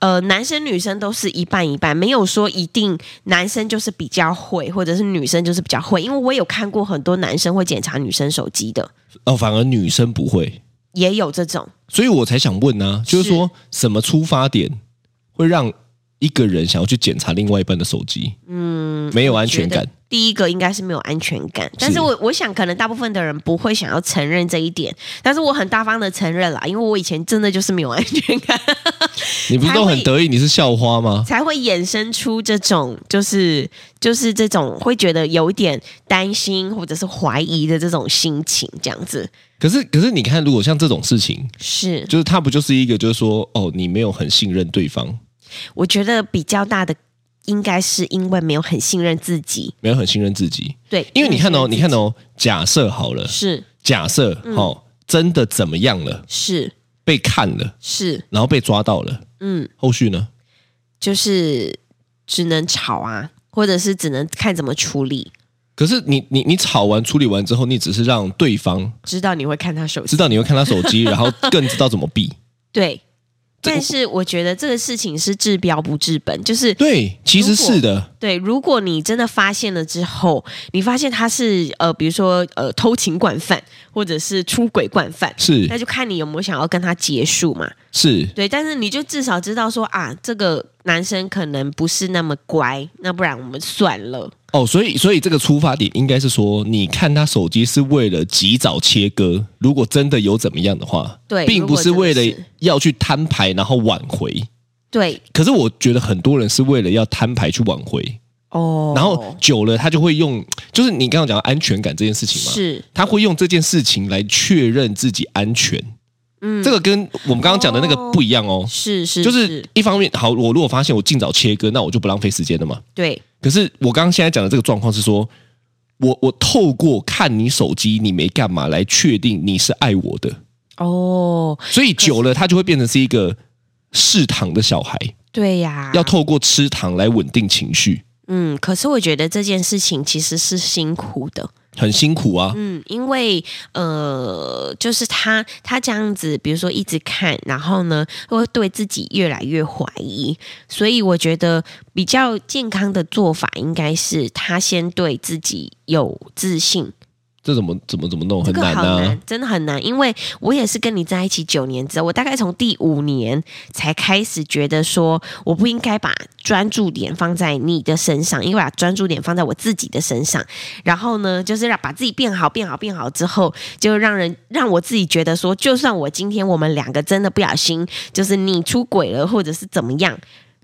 B: 呃，男生女生都是一半一半，没有说一定男生就是比较会，或者是女生就是比较会。因为我有看过很多男生会检查女生手机的，
C: 哦，反而女生不会，
B: 也有这种。
C: 所以我才想问啊，就是说什么出发点会让一个人想要去检查另外一半的手机？嗯，没有安全
B: 觉
C: 感
B: 得。第一个应该是没有安全感，但是我我想可能大部分的人不会想要承认这一点，但是我很大方的承认啦，因为我以前真的就是没有安全感，
C: 你不是都很得意你是校花吗？
B: 才会衍生出这种就是就是这种会觉得有一点担心或者是怀疑的这种心情，这样子
C: 可是可是你看，如果像这种事情，
B: 是
C: 就是他不就是一个就是说哦，你没有很信任对方，
B: 我觉得比较大的应该是因为没有很信任自己，
C: 没有很信任自己，
B: 对，
C: 因为你看哦，
B: 没
C: 你
B: 有信任自己
C: 看哦，假设好了，
B: 是嗯
C: 假设、哦，真的怎么样了？
B: 是
C: 被被看了，
B: 是，
C: 然后被抓到了，
B: 嗯，
C: 后续呢？
B: 就是只能吵啊，或者是只能看怎么处理，
C: 可是你你你吵完处理完之后，你只是让对方
B: 知道你会看他手
C: 知
B: 机。
C: 道你会看他手 机，然后更知道怎么避。
B: 对，
C: 这
B: 但是我觉得这个事情是治标不治本，就是
C: 对，其实是的，
B: 对，如果你真的发现了之后，你发现他是呃，比如说呃偷情惯犯，或者是出轨惯犯，那
C: 是
B: 就看你有没有想要跟他结束嘛。
C: 是
B: 对，但是你就至少知道说啊，这个男生可能不是那么乖，那不然我们算了。
C: 哦，所以所以这个出发点应该是说，你看他手机是为了及早切割，如果真的有怎么样的话，
B: 对
C: 并不是为
B: 如果真
C: 了
B: 的
C: 要去摊牌然后挽回。
B: 对，
C: 可是我觉得很多人是为了要摊牌去挽回，
B: 哦，
C: 然后久了他就会用，就是你刚刚讲到安全感这件事情嘛，
B: 是
C: 他会用这件事情来确认自己安全。嗯，这个跟我们刚刚讲的那个不一样哦，
B: 是是，
C: 就是一方面，好，我如果发现我尽早切割，那我就不浪费时间了嘛。
B: 对
C: 可是我刚刚现在讲的这个状况是说，我我透过看你手机，你没干嘛来确定你是爱我的，
B: 哦，
C: 所以久了他就会变成是一个嗜糖的小孩，
B: 对呀、
C: 要透过吃糖来稳定情绪，
B: 嗯，可是我觉得这件事情其实是辛苦的。
C: 很辛苦啊。
B: 嗯，因为呃，就是他他这样子，比如说一直看，然后呢，会对自己越来越怀疑，所以我觉得比较健康的做法应该是他先对自己有自信，
C: 这怎么怎么怎么弄
B: 这
C: 很
B: 个
C: 难
B: 好
C: 啊
B: 难，？真的很难。因为我也是跟你在一起九年之后，我大概从第五年才开始觉得说，我不应该把专注点放在你的身上，因为把专注点放在我自己的身上。然后呢，就是让把自己变好、变好、变好之后，就让人让我自己觉得说，就算我今天我们两个真的不小心，就是你出轨了，或者是怎么样。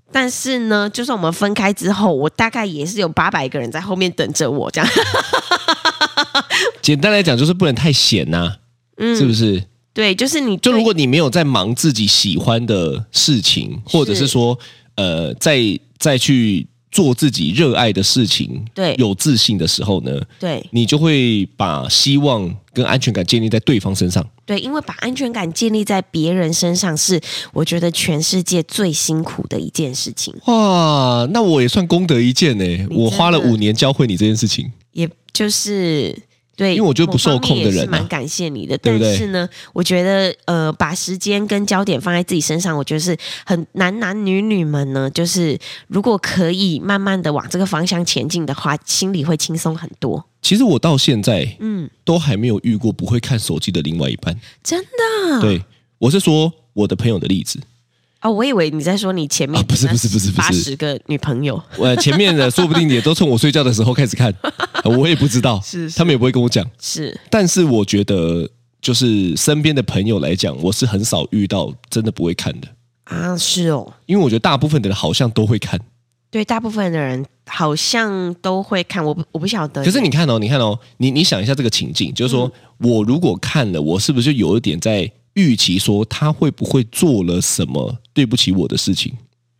B: 但是呢，就算我们分开之后，我大概也是有八百个人在后面等着我，这样
C: 简单来讲就是不能太闲呐、
B: 嗯
C: 是不是？
B: 对，就是你
C: 就
B: 对
C: 如果你没有在忙自己喜欢的事情，或者是说呃，再再去做自己热爱的事情，
B: 对
C: 有自信的时候呢，
B: 对
C: 你就会把希望跟安全感建立在对方身上。
B: 对，因为把安全感建立在别人身上是，我觉得全世界最辛苦的一件事情，
C: 哇，那我也算功德一件呢、欸
B: 的
C: 我花了五年教会你这件事情，
B: 也就是对，
C: 因为我就是不受控的
B: 某方
C: 人啊
B: 面也是蛮感谢你的。
C: 对不对
B: 但是呢，我觉得呃，把时间跟焦点放在自己身上，我觉得是很男男女女们呢，就是如果可以慢慢的往这个方向前进的话，心里会轻松很多。
C: 其实我到现在
B: 嗯，
C: 都还没有遇过不会看手机的另外一半。
B: 真的
C: 对，我是说我的朋友的例子，
B: 哦，我以为你在说你前面
C: 啊不是不是不是不是
B: 八十个女朋友，
C: 呃，前面的说不定也都趁我睡觉的时候开 始看，呃我也不知道，
B: 是是
C: 他们也不会跟我讲。
B: 是
C: 但是我觉得，就是身边的朋友来讲，我是很少遇到真的不会看的，
B: 啊，是哦。
C: 因为我觉得大部分的人好像都会看。
B: 对，大部分的人好像都会看，我不我不晓得。
C: 可是你看哦，你看哦，你你想一下这个情境，就是说、
B: 嗯
C: 我如果看了，我是不是就有一点在预期说他会不会做了什么对不起我的事情，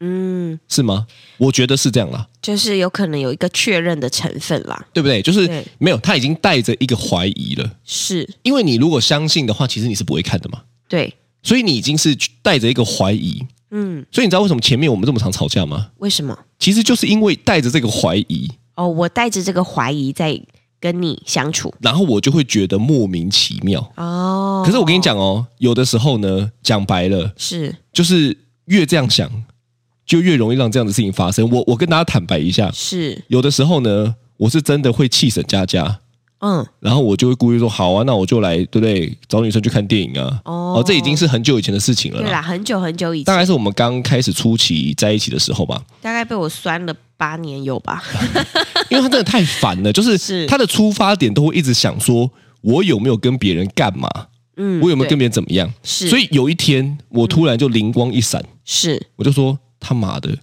B: 嗯，
C: 是吗？我觉得是这样啦，
B: 就是有可能有一个确认的成分啦，
C: 对不对？就是
B: 对
C: 没有，他已经带着一个怀疑了，
B: 是
C: 因为你如果相信的话，其实你是不会看的嘛，
B: 对，
C: 所以你已经是带着一个怀疑。
B: 嗯，
C: 所以你知道为什么前面我们这么常吵架吗？
B: 为什么？
C: 其实就是因为带着这个怀疑，
B: 哦，我带着这个怀疑在跟你相处。
C: 然后我就会觉得莫名其妙。
B: 哦，
C: 可是我跟你，讲哦，有的时候呢，讲白了，
B: 是
C: 就是越这样想，就越容易让这样的事情发生。我我跟大家坦白一下，
B: 是，
C: 有的时候呢，我是真的会气沈佳佳，
B: 嗯，
C: 然后我就会故意说，好啊，那我就来，对不对？找女生去看电影啊。
B: 哦
C: 哦，这已经是很久以前的事情了
B: 对啦，
C: 啦。
B: 很久很久以前，
C: 大
B: 大概
C: 概是我们刚开始初期在一起的时候吧，
B: 被我酸了八年有吧？
C: 因为他真的太烦了，就是
B: 是
C: 他的出发点都会一直想说，我有没有跟别人干嘛，
B: 嗯，
C: 我有没有
B: 对
C: 跟别人怎么样。
B: 是，
C: 所以有一天，我突然就灵光一闪，
B: 是
C: 我就说他妈的，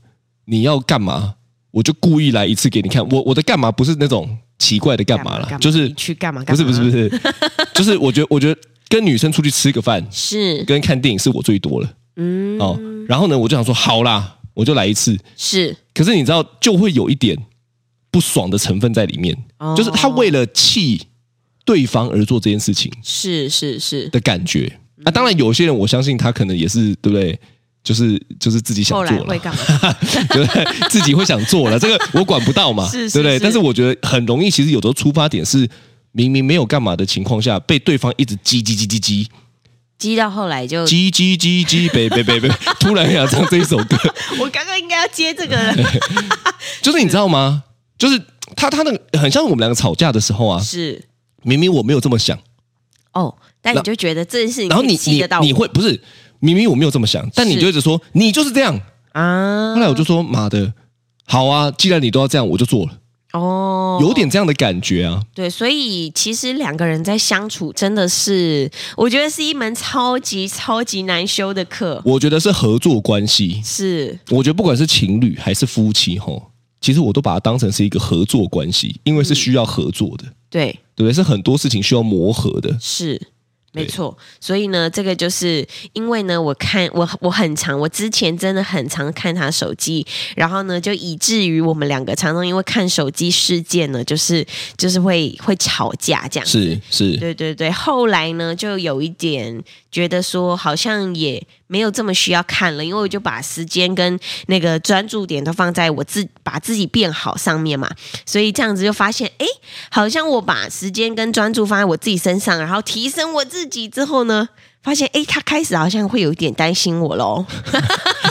C: 你要干嘛？我就故意来一次给你看。我我的干嘛不是那种奇怪的干嘛啦，就是
B: 你去干嘛？
C: 不
B: 干
C: 是
B: 嘛
C: 不是不是， 就是我觉得我觉得跟女生出去吃个饭，
B: 是，
C: 跟看电影是我最多了
B: 嗯，
C: 哦。然后呢，我就想说好啦，我就来一次。
B: 是，
C: 可是你知道，就会有一点不爽的成分在里面，
B: 哦
C: 就是他为了气对方而做这件事情
B: 是是是，
C: 的感觉。啊，当然有些人我相信他可能也是对不对？就是就是自己想
B: 后来
C: 做
B: 会
C: 了，
B: 干嘛？
C: 就是 自己会想做了，这个我管不到嘛，
B: 是是
C: 对不对？
B: 是
C: 但是我觉得很容易，其实有时候出发点是明明没有干嘛的情况下，被对方一直激激激激激
B: 激到后来就，
C: 激激激激，北北北北，突然想唱这一首歌，
B: 我刚刚应该要接这个了，
C: 就是你知道吗？就是他他那个很像我们两个吵架的时候啊，
B: 是
C: 明明我没有这么想，
B: 哦。但你
C: 然
B: 就觉得这件事情
C: 然后
B: 可以
C: 你
B: 气
C: 你
B: 得到
C: 你
B: 我
C: 会不是明明我没有这么想，但你
B: 是
C: 就一直说你就是这样。
B: 啊
C: 后来我就说妈的，好啊，既然你都要这样，我就做了，
B: 哦，
C: 有点这样的感觉啊。
B: 对，所以其实两个人在相处真的是，我觉得是一门超级超级难修的课。
C: 我觉得是合作关系，
B: 是
C: 我觉得不管是情侣还是夫妻，吼，其实我都把它当成是一个合作关系，因为是需要合作的，
B: 对，
C: 对不对？是很多事情需要磨合的。
B: 是。没
C: 对
B: 错，所以呢，这个就是因为呢，我看我我很常，我之前真的很常看他手机，然后呢，就以至于我们两个常常因为看手机事件呢，就是就是会会吵架这样。
C: 是是，
B: 对对对，后来呢，就有一点觉得说，好像也没有这么需要看了，因为我就把时间跟那个专注点都放在我自把自己变好上面嘛，所以这样子就发现，哎，好像我把时间跟专注放在我自己身上，然后提升我自己之后呢，发现，哎，他开始好像会有一点担心我喽。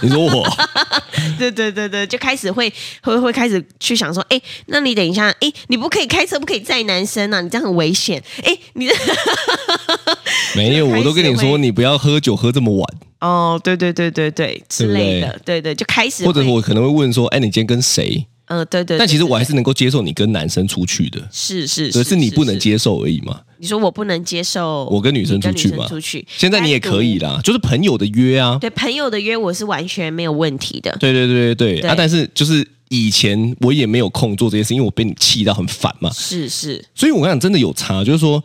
C: 你说我
B: 对对对对，就开始会会会开始去想说，哎、那你等一下，哎、你不可以开车，不可以载男生啊，你这样很危险。哎、你的
C: 没有，
B: 就开始
C: 我都跟你说，
B: 会
C: 你不要喝酒喝这么晚，
B: 哦，对对对对对之类的，对对，就开始
C: 或者
B: 会
C: 我可能会问说，哎，你今天跟谁？
B: 嗯、对对对，
C: 但其实我还
B: 对
C: 是能够接受你跟男生出去的，
B: 是是
C: 只是你不能，
B: 是
C: 接受而已嘛。
B: 你说我不能接受
C: 我跟女生
B: 你
C: 出去嘛
B: 出去，
C: 现在你也可以
B: 了。
C: 啦，就是朋友的约啊，
B: 对朋友的约我是完全没有问题的，
C: 对对对对对
B: 对
C: 啊！但是就是以前我也没有空做这些事，因为我被你气到很烦嘛。
B: 是是
C: 所以我想真的有差，就是说，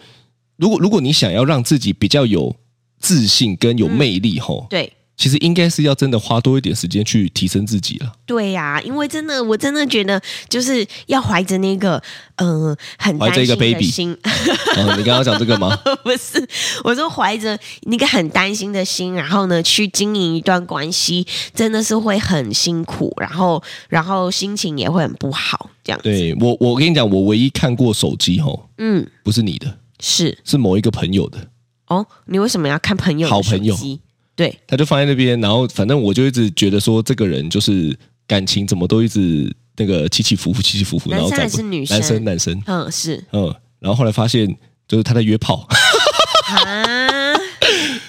C: 如果如果你想要让自己比较有自信跟有魅力吼，
B: 对。
C: 其实应该是要真的花多一点时间去提升自己了。
B: 对呀、因为真的，我真的觉得就是要怀着那个，嗯、很
C: 怀
B: 担
C: 着一个
B: 心的
C: baby
B: 心，
C: 啊，你刚刚讲这个吗？
B: 不是，我说怀着那个很担心的心，然后呢去经营一段关系，真的是会很辛苦，然后然后心情也会很不好，这样子。
C: 对我，我跟你讲，我唯一看过手机吼，
B: 嗯，
C: 不是你的，
B: 是
C: 是某一个朋友的，
B: 哦。你为什么要看朋友的
C: 好朋友
B: 手机？对，
C: 他就放在那边，然后反正我就一直觉得说，这个人就是感情怎么都一直那个起起伏伏，起起伏伏，然后
B: 男生还
C: 找不
B: 是女
C: 男生
B: 生
C: 男生，
B: 嗯，是
C: 嗯，然后后来发现就是他在约炮，
B: 啊，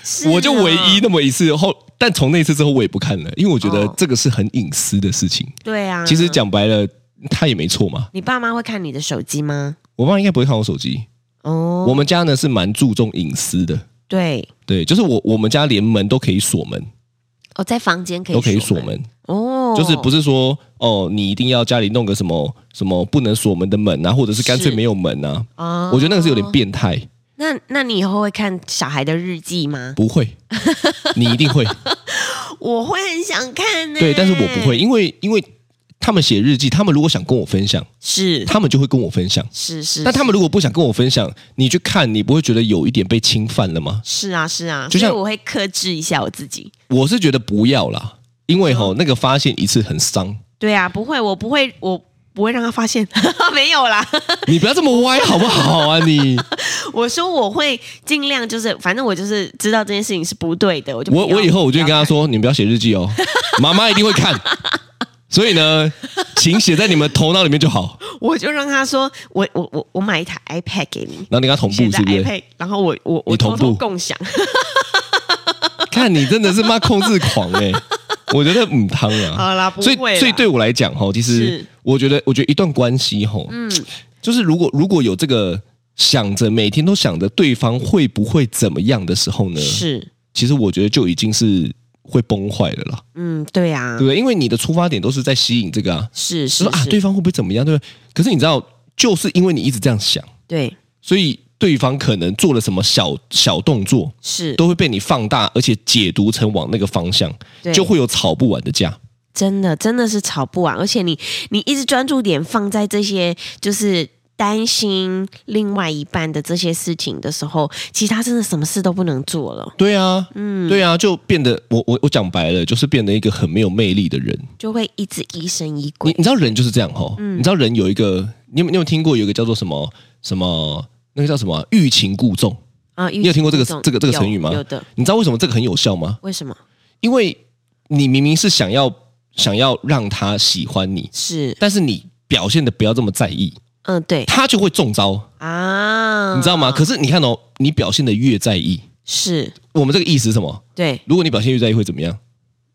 B: 是啊哦
C: 我就唯
B: 的。
C: 一那么一次后，但从那次之后我也不看了，因为我觉得
B: 哦
C: 这个是很隐私的事情。
B: 对啊，
C: 其实，讲白了，他也没错嘛。
B: 你爸妈会看你的手机吗？
C: 我妈应该不会看我手机，
B: 哦，
C: 我们家呢是蛮注重隐私的。
B: 对，
C: 对，就是我我们家连门都可以锁门，
B: 哦，在房间可以
C: 都可以锁
B: 门
C: 门，
B: 哦，
C: 就是不是说哦，你一定要家里弄个什么什么不能锁门的门啊，或者是干脆
B: 是
C: 没有门啊。
B: 哦
C: 我觉得那个是有点。变态，
B: 那那你以后会看小孩的日记吗？
C: 不 会，你一定 会。
B: 我会很想看呢、
C: 对，但是我不会，。因为因为他们写日记，他们如果想跟我分享，
B: 是
C: 他们就会跟我分享。
B: 是是，
C: 但他们如果不想跟我分享，你去看，你不会觉得有一点被侵犯了吗？
B: 是啊是啊，
C: 就像
B: 所以我会克制一下我自己。
C: 我是觉得不要啦，因为吼、那个发现一次很伤，
B: 对啊，不会，我不会，我不会让他发现， 没有啦。
C: 你不要这么歪好不好啊你？
B: 我说我会尽量，就是反正我就是知道这件事情是不对的，我就不
C: 我
B: 要
C: 我以后我就
B: 不要
C: 跟他说，你们不要写日 记哦，妈妈一定会看。所以呢，请写在你们头脑里面就好。
B: 看我就让他说，我我我我买一台 iPad 给你，
C: 然后你跟他同步
B: 写在
C: 是不是？
B: iPad，然后我我我
C: 你同
B: 偷
C: 步
B: 偷共享，
C: 看你真的是妈控制狂 哎、我觉得母汤啊。
B: 好啦不
C: 所以
B: 会啦
C: 所以对我来讲吼，其实
B: 是
C: 我觉得我觉得一段关系吼，
B: 嗯，
C: 就是如果如果有这个想着每天都想着对方会不会怎么样的时候呢，
B: 是，
C: 其实我觉得就已经是会崩坏了啦，
B: 嗯，对啊
C: 对不，对？因为你的出发点都是在吸引这个啊，
B: 是
C: 就是说啊
B: 是
C: 对方会不会怎么样，对不对？可是你知道，就是因为你一直这样想，
B: 对
C: 所以对方可能做了什么小小动作，
B: 是，
C: 都会被你放大，而且解读成往那个方向，
B: 对
C: 就会有吵不完的架。
B: 真的真的是吵不完，而且你你一直专注点放在这些就是担心另外一半的这些事情的时候，其实他真的什么事都不能做了，
C: 对啊，嗯，对啊，就变得我我我讲白了，就是变得一个很没有魅力的人。
B: 就会一直疑神疑
C: 你
B: 鬼。嗯
C: 你知道人就是这样吼，你知道人有一个，你有你有听过有一个叫做什么什么那个叫什么欲擒故纵？
B: 啊，你
C: 你有听过这个这个这个成语吗
B: 有的，
C: 你知道为什么这个很有效吗？
B: 为什么？
C: 因为你明明是想要想要让他喜欢你，
B: 是，
C: 但是你表现的不要这么在意，
B: 嗯，对
C: 他就会中招，
B: 啊，
C: 你知道吗？可是你看哦，你表现的越在意，
B: 是
C: 我们这个意思是什么？
B: 对，
C: 如果你表现越在意会怎么样？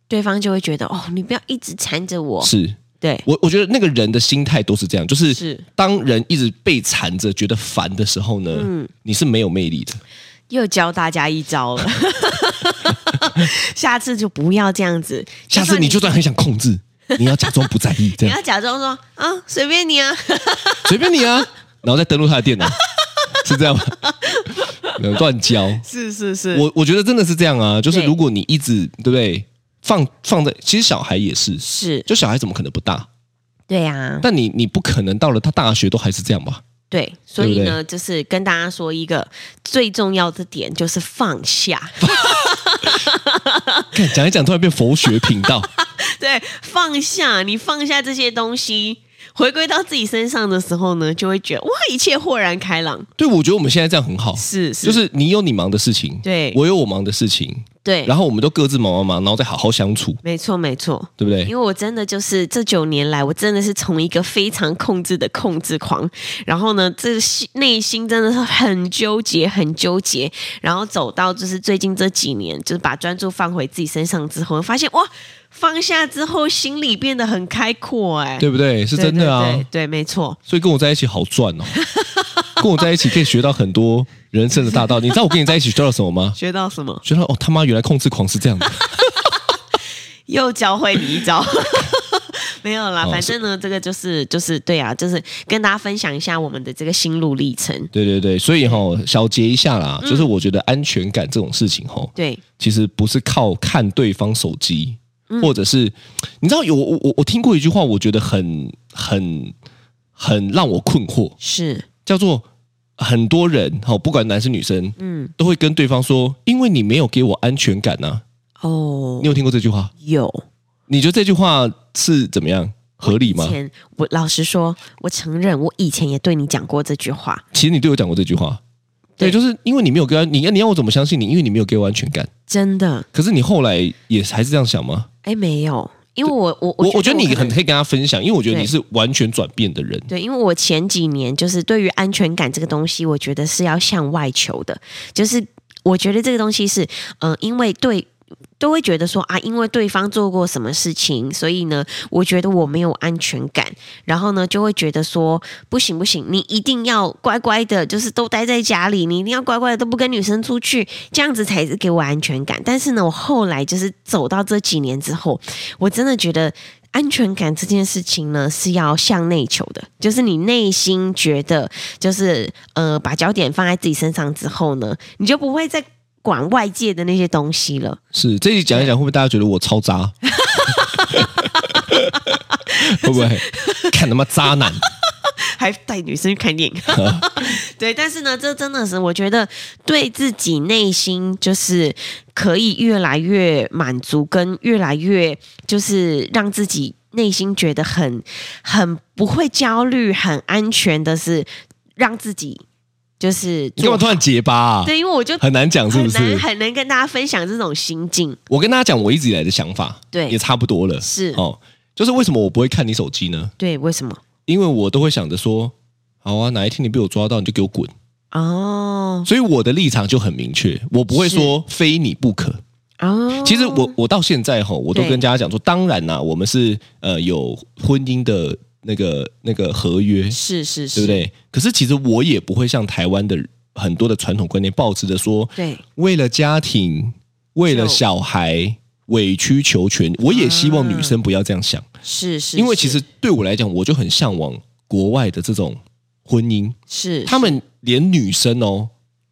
B: 对方就会觉得哦，你不要一直缠着我，
C: 是
B: 对，
C: 我我觉得那个人的心态都是这样，就是
B: 是
C: 当人一直被缠着觉得烦的时候呢，你是没有魅力的。
B: 又教大家一招了， 下次就不要这样子，
C: 下次你就算很想控 制，你要假装不在意，这
B: 你
C: 样
B: 要假装说啊，随便你啊，
C: 随便你啊，然后再登录他的 电脑，是这样吗？没有乱教，
B: 是是是，
C: 我我觉得真的是这样啊，就是
B: 对
C: 如果你一直对不对放放在，其实小孩也是，
B: 是
C: 就小孩怎么可能不大？
B: 对啊，
C: 但你你不可能到了他大学都还是这 样吧？
B: 对，所以呢，就是跟大家说一个最重要的点，就是放 下，
C: 看讲一讲，突然变佛学 频道，
B: 对，放下，你放下这些东西。回归到自己身上的时候呢，就会觉得哇，一切豁然开朗。
C: 对我觉得我们现在这样很好，
B: 是是，
C: 就是你有你忙的事情，
B: 对
C: 我有我忙的事情，
B: 对，
C: 然后我们都各自忙忙忙，然后再好好相处，
B: 没错没错。
C: 对不对？
B: 因为我真的就是这九年来，我真的是从一个非常控制的控制狂，然后呢，这个心内心真的是很纠结，很纠结，然后走到就是最近这几年，就是把专注放回自己身上之后，发现哇，放下之后心里变得很开阔、哎，
C: 对不对？是
B: 对，
C: 真的啊。
B: 对对对，没错，
C: 所以跟我在一起好赚哦， 跟我在一起可以学到很多人生的大 道理。你知道我跟你在一起学到了什么吗？
B: 学到什么？
C: 学到哦，他妈原来控制狂是这样的，
B: 又教会你一招。 没有啦，
C: 哦
B: 反正呢，这个就是就是对啊，就是跟大家分享一下我们的这个心路历程。
C: 对对对，所以哈、小结一下
B: 嗯
C: 啦，就是我觉得安全感这种事情哦哈、
B: 对，
C: 其实不是靠看对方手机，
B: 嗯
C: 或者是你知道有我我我听过一句话，我觉得很很很让我困惑，
B: 是，
C: 叫做很多人哈、不管男生女生，
B: 嗯，
C: 都会跟对方说，因为你没有给我安全感呐、
B: 哦
C: 你，有听过这句话？
B: 有。
C: 你觉得这句话是怎么样合理吗
B: 以？前我老实说，我承认我以前也对你讲过这句话，
C: 其实你对我讲过这句话，对，
B: 对
C: 就是因为你没有给我，你你要我怎么相信你？因为你没有给我安全感。
B: 真的，
C: 可是你后来也还是这样想吗？
B: 哎，没有，因为我我
C: 我
B: 我
C: 我觉得你
B: 可
C: 很
B: 能
C: 可以跟他分享，因为我觉得
B: 对
C: 你是完全转变的人。
B: 对，因为我前几年就是对于安全感这个东西，我觉得是要向外求的，就是我觉得这个东西是，呃，因为对。都会觉得说啊，因为对方做过什么事情，所以呢，我觉得我没有安全感，然后呢，就会觉得说不行不行，你一定要乖乖的，就是都待在家里，你一定要乖乖的，都不跟女生出去，这样子才是给我安全感。但是呢，我后来就是走到这几年之后，我真的觉得安全感这件事情呢是要向内求的，就是你内心觉得，就是呃，把焦点放在自己身上之后呢，你就不会再管外界的那些东西了。
C: 是这一集讲一讲，会不会大家觉得我 超渣？会不会 看他妈 渣男？
B: 还带女生去看 电影。对，但是呢，这真的是我觉得对自己内心就是可以越来越满足，跟越来越就是让自己内心觉得很很不会焦虑、很安全的是让自己就是
C: 你干嘛
B: 做
C: 突然结巴、啊？
B: 对，因为我就
C: 很难讲是不
B: 很
C: 是
B: 难？很难跟大家分享这种心境。
C: 我跟大家讲我一直以来的想法，
B: 对
C: 也差不多了。
B: 是
C: 哦，就是为什么我不会看你手机呢？
B: 对，为什么？
C: 因为我都会想着说，好啊，哪一天你被我抓到，你就给我滚。
B: 哦
C: 所以我的立场就很明确，我不会说非你不可。
B: 哦，
C: 其实我我到现在哈，我都
B: 对
C: 跟大家讲说，当然啦、我们是呃有婚姻的那个那个合约，
B: 是是
C: 对
B: 是，
C: 不？对？可是其实我也不会像台湾的很多的传统观念，抱持着说，
B: 对，
C: 为了家庭，为了
B: 就
C: 小孩委曲求全。我也希望女生不要这样想，
B: 是是，
C: 因为其
B: 是
C: 实对我来讲，我就很向往国外的这种婚姻，
B: 是
C: 他们连女生哦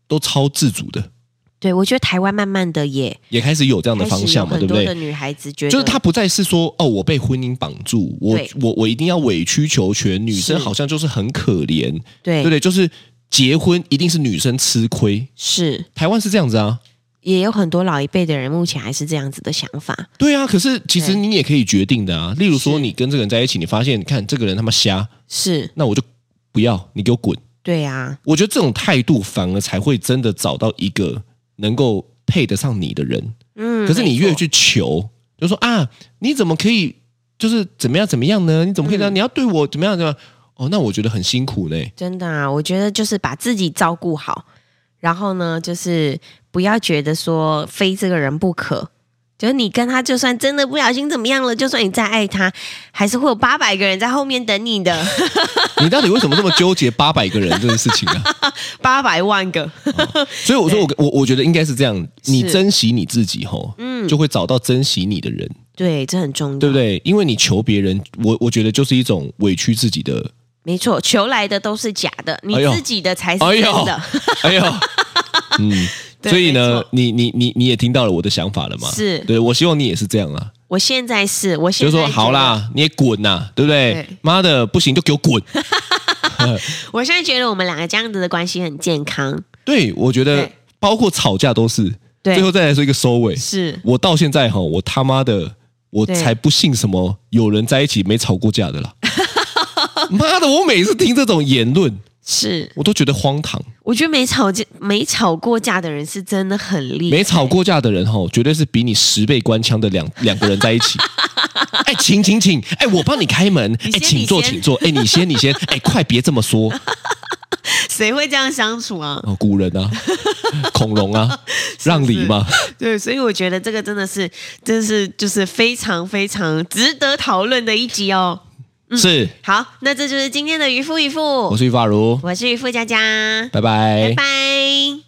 C: 都超自主的。
B: 对，我觉得台湾慢慢的也
C: 也开始有这样的
B: 开
C: 方
B: 始有
C: 向嘛，对
B: 很
C: 不
B: 多
C: 对
B: 的？女孩子觉得，
C: 就是他不再是说哦，我被婚姻绑住，我
B: 对
C: 我我一定要委曲求全，女
B: 是
C: 生好像就是很可怜，
B: 对
C: 对不对？就是结婚一定是女生吃亏，
B: 是
C: 台湾是这样子啊，
B: 也有很多老一辈的人目前还是这样子的想法，
C: 对啊。可是其实
B: 对
C: 你也可以决定的啊，例如说
B: 是
C: 你跟这个人在一起，你发现你看这个人他妈瞎，
B: 是
C: 那我就不要，你给我滚。
B: 对啊，
C: 我觉得这种态度反而才会真的找到一个能够配得上你的人。
B: 嗯，
C: 可是你
B: 没
C: 越
B: 错
C: 去求，就说啊，你怎么可以就是怎么样怎么样呢？你怎么可以这样？你要对我怎么样怎么样？哦，那我觉得很辛苦呢。
B: 真的啊，我觉得就是把自己照顾好，然后呢，就是不要觉得说非这个人不可。就是你跟他，就算真的不小心怎么样了，就算你再爱他， 还是会有八百个人在后面等你的，
C: 你到底为什么这么纠结八百个人这个事情啊？
B: 八百万个。
C: 所以我说我我我觉得应该是这样，你珍惜你自己吼，
B: 嗯
C: 就会找到珍惜你的人，
B: 对，啊这很重要，
C: 对不？对？因为你求别人，我我觉得就是一种委屈自己的。
B: 没错，求来的都是假的，你
C: 哎呦
B: 自己的才是
C: 哎
B: 真
C: 呦
B: 的。
C: 哎呦，嗯，
B: 对
C: 所以呢
B: 没错，
C: 你你你你也听到了我的想法了嘛？
B: 是
C: 对，我希望你也是这样啊，
B: 我现在是，我现
C: 就
B: 在
C: 是说
B: 觉
C: 好
B: 得，
C: 啦，你也滚呐、对不对？
B: 对
C: 妈的，不行就给 我滚！
B: 我现在觉得我们两个这样子的关系很健康。
C: 对，我觉得
B: 对
C: 包括吵架都是，
B: 对，
C: 最后再来说一个收尾。
B: 是
C: 我到现在哈，我他妈的，我
B: 对
C: 才不信什么有人在一起没吵过架的啦！ 妈的，我每次听这种言论，
B: 是，
C: 我都觉得荒唐。
B: 我觉得没吵架、没吵过架的人是真的很厉害，
C: 没吵过架的人吼，绝对是比你十倍官腔的两两个人在一 起。哎，请请请，哎，我帮你开门，
B: 你
C: 哎，
B: 先
C: 请
B: 你
C: 坐，
B: 先
C: 请坐，哎，你先，你 先，哎，快别这么说，
B: 谁会这样相处啊？
C: 哦，古人啊，恐龙啊，让梨嘛，
B: 对，所以我觉得这个真的是，真是就是非常非常值得讨论的一集哦。
C: 是，
B: 好，那这就是今天的渔夫渔
C: 我
B: 夫，
C: 是玉发如，
B: 我是渔夫佳佳，
C: 拜拜
B: 拜拜